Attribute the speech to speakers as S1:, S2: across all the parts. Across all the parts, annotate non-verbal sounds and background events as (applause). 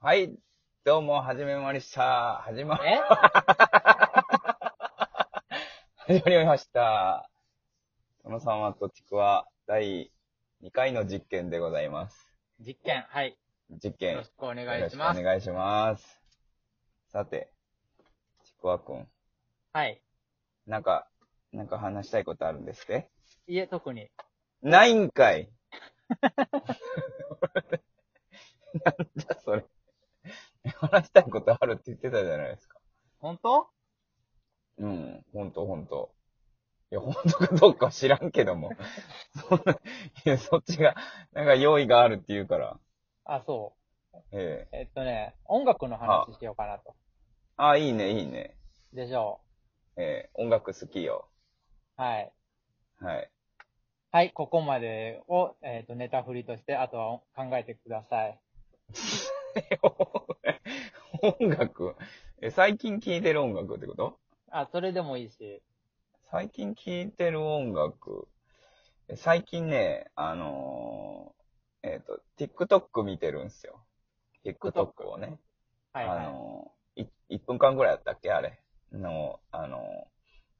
S1: はい。どうも、はじめまりした。始ま、
S2: え
S1: 始まりました。殿様とちくわ第2回の実験でございます。
S2: 実験、はい。
S1: 実
S2: よ
S1: 験
S2: ろ。しくお願
S1: よろ
S2: い
S1: し
S2: し
S1: く
S2: ます。
S1: お願いします。さて、ちくわくん、
S2: はい。
S1: なんか、なんか話したいことあるんですって
S2: いえ、特に。
S1: ないんかい (laughs) なんだそれ。話したいことあるって言ってたじゃないですか。
S2: 本当
S1: うん、ほんとほんと。いや、ほんとかどうかは知らんけども。そんな、いや、そっちが、なんか用意があるって言うから。
S2: あ、そ
S1: ええ
S2: う。えっとね、音楽の話しようかなと。
S1: ああ、いいね、いいね。
S2: でしょ
S1: ええ音楽好きよ。
S2: う。はい。
S1: はい。 (laughs)
S2: はい、ここまでを、えっと、ネタ振りとして、あとは考えてください。
S1: 音楽え、最近聴いてる音楽ってこと
S2: あ、それでもいいし。
S1: 最近聴いてる音楽。え最近ね、あのーえっ、と、TikTok 見てるんすよ。TikTok をね。
S2: はい、
S1: あ
S2: はい。
S1: の、い1分間ぐらいだったっけあれの、あの、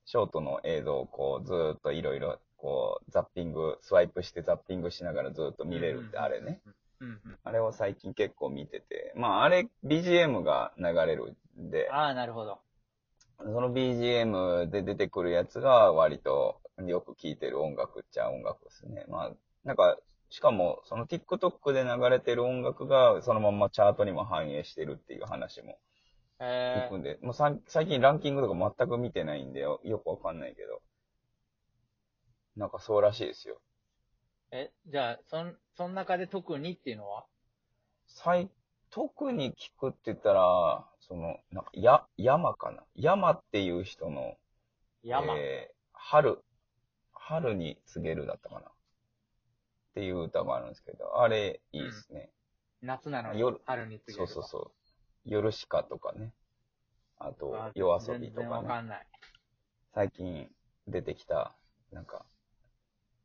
S1: ショートの映像をこうずーっといろいろこうザッピング、スワイプしてザッピングしながらずーっと見れるって
S2: うん
S1: あれね。
S2: うんうん。
S1: あれを最近結構見てて、まああれ BGM が流れるんで、
S2: ああ、なるほど。
S1: その BGM で出てくるやつが割とよく聴いてる音楽っちゃ音楽ですね。まあなんか、しかもその TikTok で流れてる音楽がそのまんまチャートにも反映してるっていう話も
S2: え
S1: 行くんで、もうさ最近ランキングとか全く見てないんでよ、よくわかんないけど。なんかそうらしいですよ。
S2: ー、え、じゃあ、そん、その中で特にっていうのは
S1: 最、特に聞くって言ったら、その、なんか、や、山かな。山っていう人の、
S2: 山。
S1: えー春、春に告げるだったかな。っていう歌があるんですけど、あれ、いいですね。
S2: 夏なのに
S1: 夜、
S2: 春に次
S1: そうそうそう。ヨルシカとかね。あと、夜遊びと
S2: 全然
S1: か
S2: わ
S1: ね。
S2: かんない。
S1: 最近出てきた、なんか、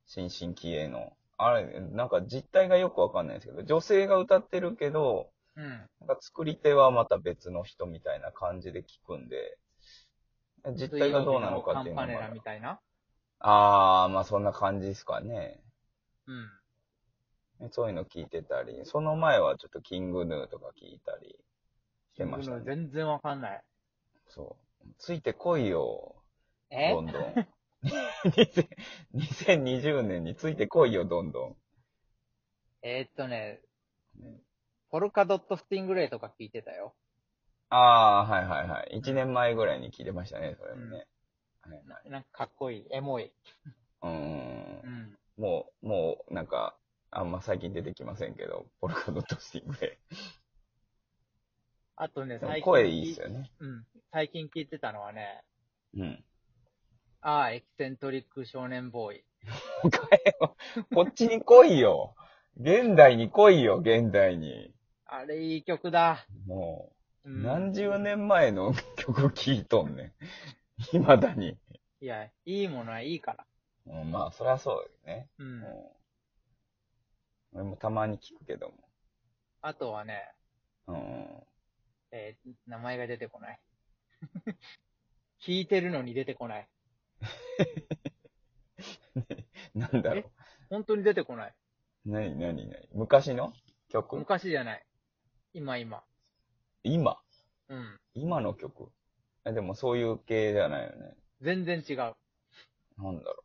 S1: 新進気鋭の、あれ、なんか実態がよくわかんないんですけど、女性が歌ってるけど、
S2: うん。
S1: なんか作り手はまた別の人みたいな感じで聞くんで、実態がどうなのかっていうの
S2: カンパネラ
S1: は
S2: み、たいな。
S1: あー、まあそんな感じですかね。
S2: うん。
S1: そういうの聞いてたり、その前はちょっとキングヌーとか聞いたりしてましたね。
S2: 全然わかんない。
S1: そう。ついてこいよ。
S2: え
S1: どんどん。2000 2020年についてこいよ、どんど
S2: えーっとね
S1: うん、
S2: ポルカドットスティングレイとか聞いてたよ。
S1: ん。ああ、はいはいはい。1年前ぐらいに聞いてましたね、それもね。はい
S2: ななんかかっこいい。エモい。
S1: うん
S2: うん。
S1: もう、もう、なんか、あんま最近出てきませんけど、ポルカドットスティングレ
S2: あとね、
S1: イ。でも
S2: 最近。
S1: 声いいっすよね。
S2: うん。最近聞いてたのはね、
S1: うん。
S2: ああ、エキセントリック少年ボーイ。
S1: おかえよ。こっちに来いよ。現代に来いよ、現代に。
S2: あれいい曲だ。
S1: も
S2: う
S1: う、
S2: ん、
S1: 何十年前の曲聴いとんねん。未だに。
S2: いや、いいものはいいから。
S1: うん、まあ、そりゃそうよね。
S2: うん。
S1: うん。俺もたまに聞くけども。
S2: あとはね、
S1: うん。
S2: えー名前が出てこない。 (laughs) 聞いてるのに出てこない。
S1: なんだろう
S2: え。本当に出てこない。
S1: なになになに昔の曲
S2: 昔じゃない。今今。
S1: 今
S2: うん。
S1: 今の曲えでもそういう系じゃないよね。
S2: 全然違う。
S1: なんだろ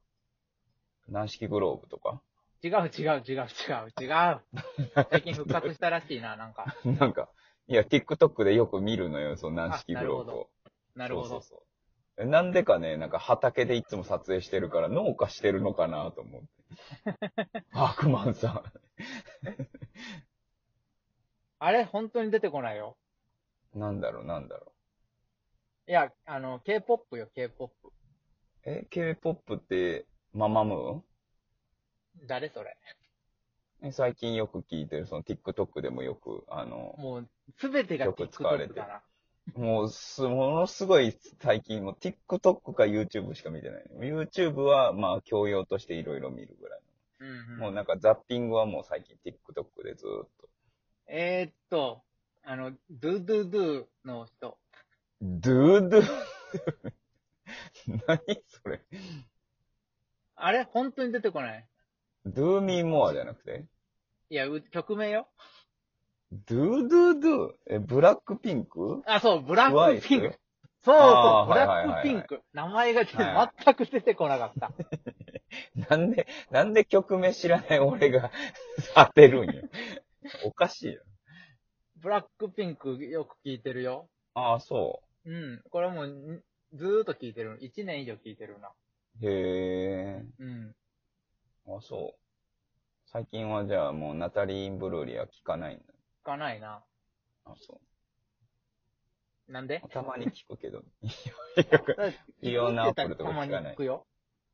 S1: う。軟式グローブとか (laughs)
S2: 違う違う違う違う違う。最近復活したらしいな、なんか。
S1: なんか、いや、TikTok でよく見るのよ、その軟式グローブを。
S2: なるほ
S1: そう
S2: ど。
S1: そうそうえなんでかね、なんか畑でいつも撮影してるから農家してるのかなと思って。
S2: (laughs)
S1: ハークマンさん。
S2: あれ、本当に出てこないよ。
S1: なんだろう、なんだろ
S2: いや、あの、K-POP よ、K-POP。
S1: う。え、K-POP って、ママムーン
S2: 誰それ。
S1: え最近よく聞いてる、その TikTok でもよく、あの、
S2: もう、すべてが
S1: よく使われて
S2: TikTok
S1: る
S2: だな。
S1: もうす、ものすごい最近、もう TikTok か YouTube しか見てない。YouTube は、まあ、教養としていろいろ見るぐらい。
S2: うん、
S1: も
S2: う。
S1: うんなんかザッピングはもう最近 TikTok でずーっと。
S2: えー、っと、あの、ドゥドゥドゥの人。
S1: ドゥドゥ。 (laughs) 何それ。
S2: あれ本当に出てこない。
S1: ドゥーミーモアじゃなくて
S2: いや、う曲名よ。
S1: ドゥドゥドゥ。え、ブラックピンク
S2: あ、そう、ブラックピンク。そう
S1: あー
S2: そう、ブラックピンク。名前が出て全く出てこなかった。
S1: なんで、なんで曲名知らない俺が (laughs) 当てるんや。おかしいよ。
S2: ブラックピンクよく聞いてるよ。
S1: ああ、そ
S2: うん。これもう、ずーっと聞いてる。1年以上聞いてるな。
S1: う。へえ。
S2: うん。
S1: あそう。最近はじゃあもうナタリー・ブルーリーは聞かないんだ。
S2: 聞かないな。
S1: あそう
S2: なんで。
S1: たまに聞くけ
S2: (laughs)
S1: ど。よくいろんなアプリとか
S2: たま
S1: 聞
S2: に
S1: かない
S2: 聞くよ。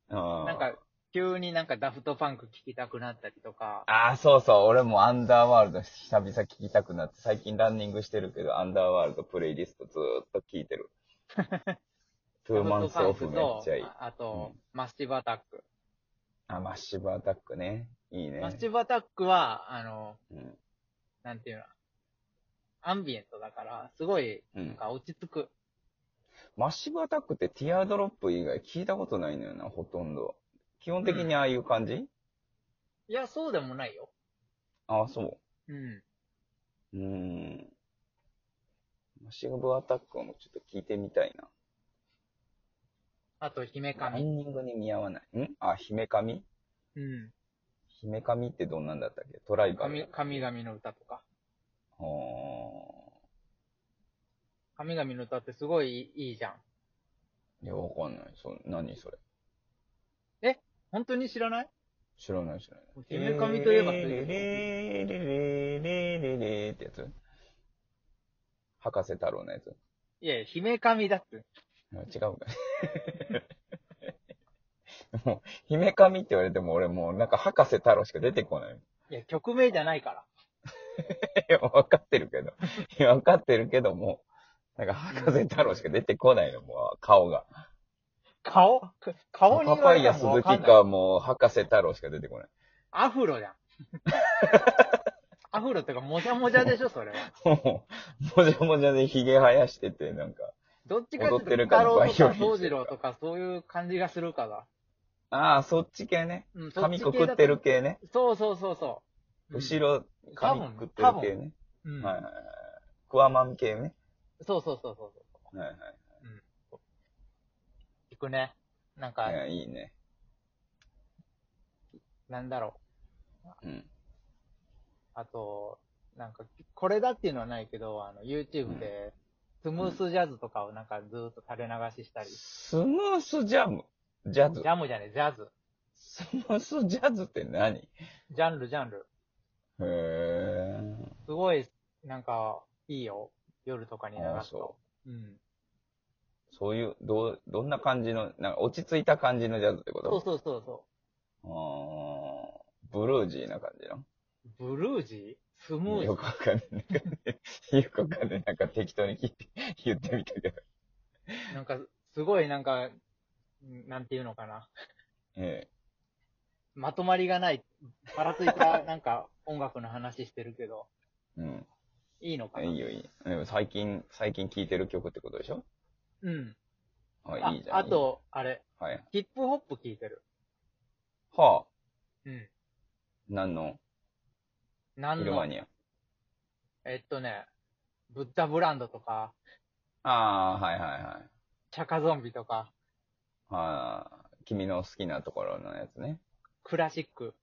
S1: あ
S2: なん
S1: ー
S2: か、急になんかダフトパンク聞きたくなったりとか。
S1: あー、そうそう。俺もアンダーワールド久々聞きたくなって、最近ランニングしてるけど、アンダーワールドプレイリストずーっと聞いて
S2: (laughs)
S1: る。トゥーマンスオフめっちゃいい
S2: ダフトパンク。とああと、マッシブアタック。
S1: あ、マッシブアタックね。いいね。
S2: マッシブアタックは、あの、
S1: うん。
S2: なんていうの。アンビエントだから、すごい、
S1: う
S2: なん
S1: ん。
S2: か落ち着く。
S1: マッシブアタックってティアドロップ以外聞いたことないのよな、ほとんど。基本的にああいう感じ、
S2: いや、そうでもないよ。
S1: ああ、そ
S2: うん。
S1: う。うーん。マッシブアタックもちょっと聞いてみたいな。
S2: あと、姫
S1: ラ
S2: 神。
S1: ンニングに見合わない。んあ、姫神
S2: うん。
S1: 姫神ってどんなんだったっけトライバル
S2: 神。神々の歌とか。
S1: あー
S2: 神々の歌ってすごいいいじゃん。
S1: いや、わかんない。そ何それ。
S2: 本当に知らない
S1: 知らない知らない。
S2: 姫神といえば
S1: レレレレレレレってやつ博士太郎のやつ
S2: いやいや、姫神だって。
S1: あ違うか。 (laughs) もう、姫神って言われても俺もうなんか博士太郎しか出てこない。 (laughs)
S2: いや、曲名じゃないから。
S1: いや、わかってるけど。いや、わかってるけども、なんか博士太郎しか出てこないの、もう顔が。
S2: 顔顔
S1: パ
S2: に言わ
S1: パ
S2: れ
S1: イ
S2: た
S1: ヤ
S2: ら
S1: 鈴
S2: もうわか
S1: 木
S2: んない。
S1: か、もう博士太郎しか出てこない。
S2: アフロじゃん。アフロってか、もじゃもじゃでし
S1: (laughs)
S2: ょ、それは。
S1: もう、もじゃもじゃで髭生やしてて、なんか。
S2: どっちかっ
S1: 踊
S2: ていうと、
S1: ってる
S2: 太
S1: 感
S2: 郎
S1: じバイオ
S2: とか
S1: リンしてる
S2: 宗次郎とか、そういう感じがするから。
S1: ああ、そっち系ね。
S2: うん、そっ
S1: 髪
S2: ち
S1: く
S2: 系
S1: く
S2: だ
S1: っ
S2: と
S1: てる。系ね。
S2: そうそうそうそう。うん
S1: 後ろ、髪くくってる系ね。
S2: うん
S1: はいはいはい。クワマン系ね。
S2: そうそうそうそうそ
S1: はいは
S2: う。行くね。なんか
S1: い。い、や、いいね。
S2: なんだろ
S1: うん。
S2: う。あと、なんか、これだっていうのはないけど、あの、YouTube で、スムースジャズとかをなんかずーっと垂れ流ししたり。
S1: スムースジャム。ジャズ
S2: ジ。ャムじゃねえ、ジャズ。
S1: スムースジャズって何へ
S2: ジャンル、ジャンル。
S1: え。
S2: すごい、なんか、いいよ。夜とかに流
S1: ああ、
S2: す
S1: そ
S2: と。うん。
S1: う。そういう、どう、どんな感じの、なんか落ち着いた感じのジャズってこ
S2: そう
S1: と
S2: そうそうそ
S1: あーブルージーな感じな。
S2: う。ブルージースムー
S1: よ
S2: ズ
S1: くわかんない。なんかねよくわかんない。 (laughs) なんか適当に聞いて、言ってみたけど。
S2: なんか、すごい、なんか、なんていうのかな。
S1: ええ。
S2: まとまりがない、ばらつい
S1: (laughs)
S2: た、なんか、音楽の話してるけど、
S1: うん。
S2: いいのかな。
S1: いいよ、いいよ。でも最近、最近聴いてる曲ってことでしょ
S2: うん。
S1: あ、
S2: あ
S1: いいじゃん。
S2: あ、と、あれ、
S1: はい。
S2: ヒップホップ聞いてる。
S1: はあ、
S2: うん。
S1: 何の
S2: なん
S1: イルマ
S2: の、
S1: ニア。
S2: えっとね、ブッダブランドとか、
S1: ああ、はいはいはい。
S2: チャカゾンビとか、
S1: ああ、君の好きなところのやつね。
S2: クラシック。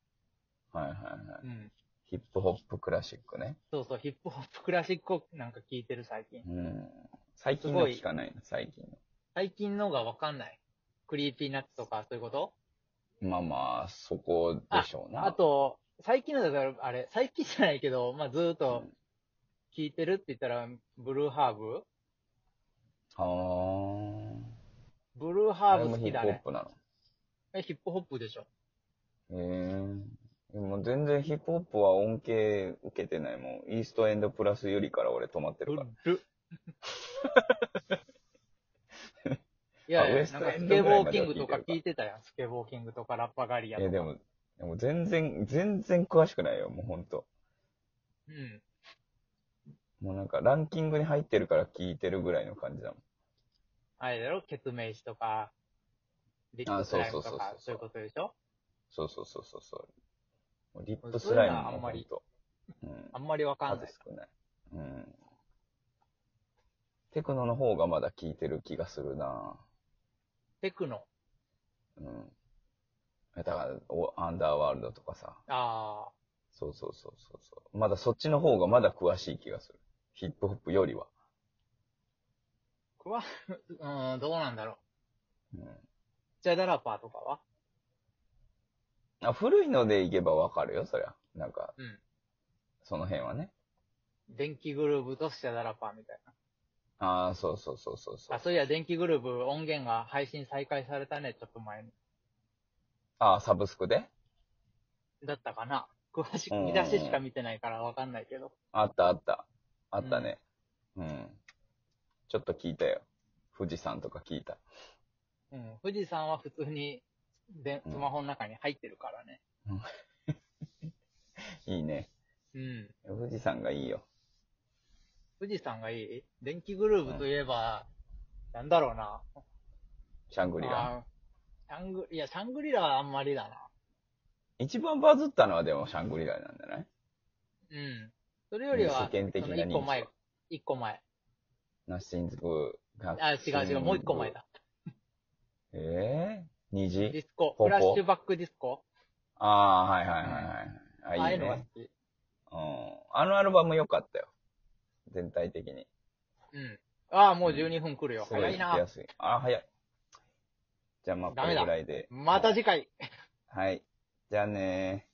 S1: はいはいはい。
S2: うん。
S1: ヒップホップクラシックね。
S2: そうそう、ヒップホップクラシックをなんか聞いてる最近。
S1: うん。最近
S2: す
S1: の
S2: ごい
S1: 聞かないの、最近
S2: 最近のがわかんない。クリーピーナッツとかそういうこと
S1: の。まあまあ、そこでしょうな。
S2: あ、と、最近のだから、あれ、最近じゃないけど、まあずーっと聞いてるって言ったら、ブルーハーブ
S1: ああ。
S2: ブルーハ
S1: あれ
S2: ーブ
S1: も
S2: 好
S1: ヒ
S2: き
S1: ッ
S2: だ
S1: プホッ
S2: ね。
S1: プなの。
S2: え、ヒップホップでしょ。
S1: へえでも全然ヒップホップは恩恵受けてないもん。イーストエンドプラスよりから俺止まって
S2: ブ
S1: る
S2: ル
S1: か (laughs)
S2: ル。いやい
S1: あウ
S2: や、
S1: エス
S2: な
S1: ト
S2: んか
S1: エンド
S2: ス
S1: ぐら
S2: ケ
S1: い
S2: ボ
S1: ま
S2: ー
S1: で
S2: キ
S1: は
S2: ングとか聞いてたやん。スケボーキングとかラッパガリア
S1: ら。
S2: と
S1: い
S2: か。
S1: やでも、でも全然、全然詳しくないよ、もうほんと。
S2: うん。
S1: もうなんかランキングに入ってるから聞いてるぐらいの感じだもん。
S2: あれだろケツメイシとか、リッ
S1: あ
S2: プスライム
S1: そうそう
S2: と
S1: そうそ
S2: か
S1: う、
S2: そういうことでしょ
S1: そうそうそうそうそう。もうリップスライム
S2: そういうのはあ
S1: も
S2: んまり
S1: ほんと。うん。
S2: あんまりわかんない。
S1: 数少ない。うん。テクノの方がまだ聞いてる気がするな
S2: テクノ。
S1: うん。だから、おアンダーワールドとかさ。
S2: あ
S1: そうそうそうそうそう。まだそっちの方がまだ詳しい気がする。ヒップホップよりは。
S2: ー、くわ、 (laughs) うん、どうなんだろう。
S1: うん。
S2: じゃあダラパーとかは
S1: あ古いのでいけばわかるよ、そりゃ。なんか、
S2: うん。
S1: その辺はね。
S2: 電気グルーブとスチャダラパーみたい
S1: ああ、そうそうそうそうそ
S2: な。
S1: う
S2: あ、。そういや、電気グルーブ音源が配信再開されたね、ちょっと前に。
S1: ああ、サブスクで
S2: だったかな。詳しく見出ししか見てないからわかんないけど。
S1: あったあった。あったね。うん。ちょっと聞いたよ。富士山とか聞いた。
S2: うん。富士山は普通に、で、
S1: うん
S2: スマホの中に入ってるからね。
S1: いいね。
S2: うん。
S1: 富士山がいいよ。
S2: 富士山がいい電気グルーブといえば、なんだろうな。
S1: シャングリラ。
S2: あーシャング、いや、シャングリラはあんまりだな。
S1: 一番バズったのはでもシャングリラなんじゃない
S2: うん。それよりは、
S1: 世間的
S2: その
S1: な認
S2: 一
S1: 知
S2: 個前、一個前。
S1: ナッシンズグが。
S2: あ、違う違う、もう一個前。だ。
S1: ええ
S2: ディ
S1: 虹
S2: スコ、
S1: ポポ
S2: フラッシュバックディスコ
S1: ああ、はいはいはい
S2: あ
S1: は
S2: あ
S1: い。あ、
S2: い
S1: いいう
S2: のが好
S1: ね。
S2: き。
S1: うん。あのアルバム良かったよ。全体的に。
S2: うん。ああ、もう12分来るよ。
S1: すご
S2: 早い
S1: 聞き
S2: な
S1: や。すいあ、早い。じゃあまあ、こ
S2: ダメ
S1: れ
S2: だ
S1: ぐらいで。
S2: また次回。
S1: はい。じゃあねー。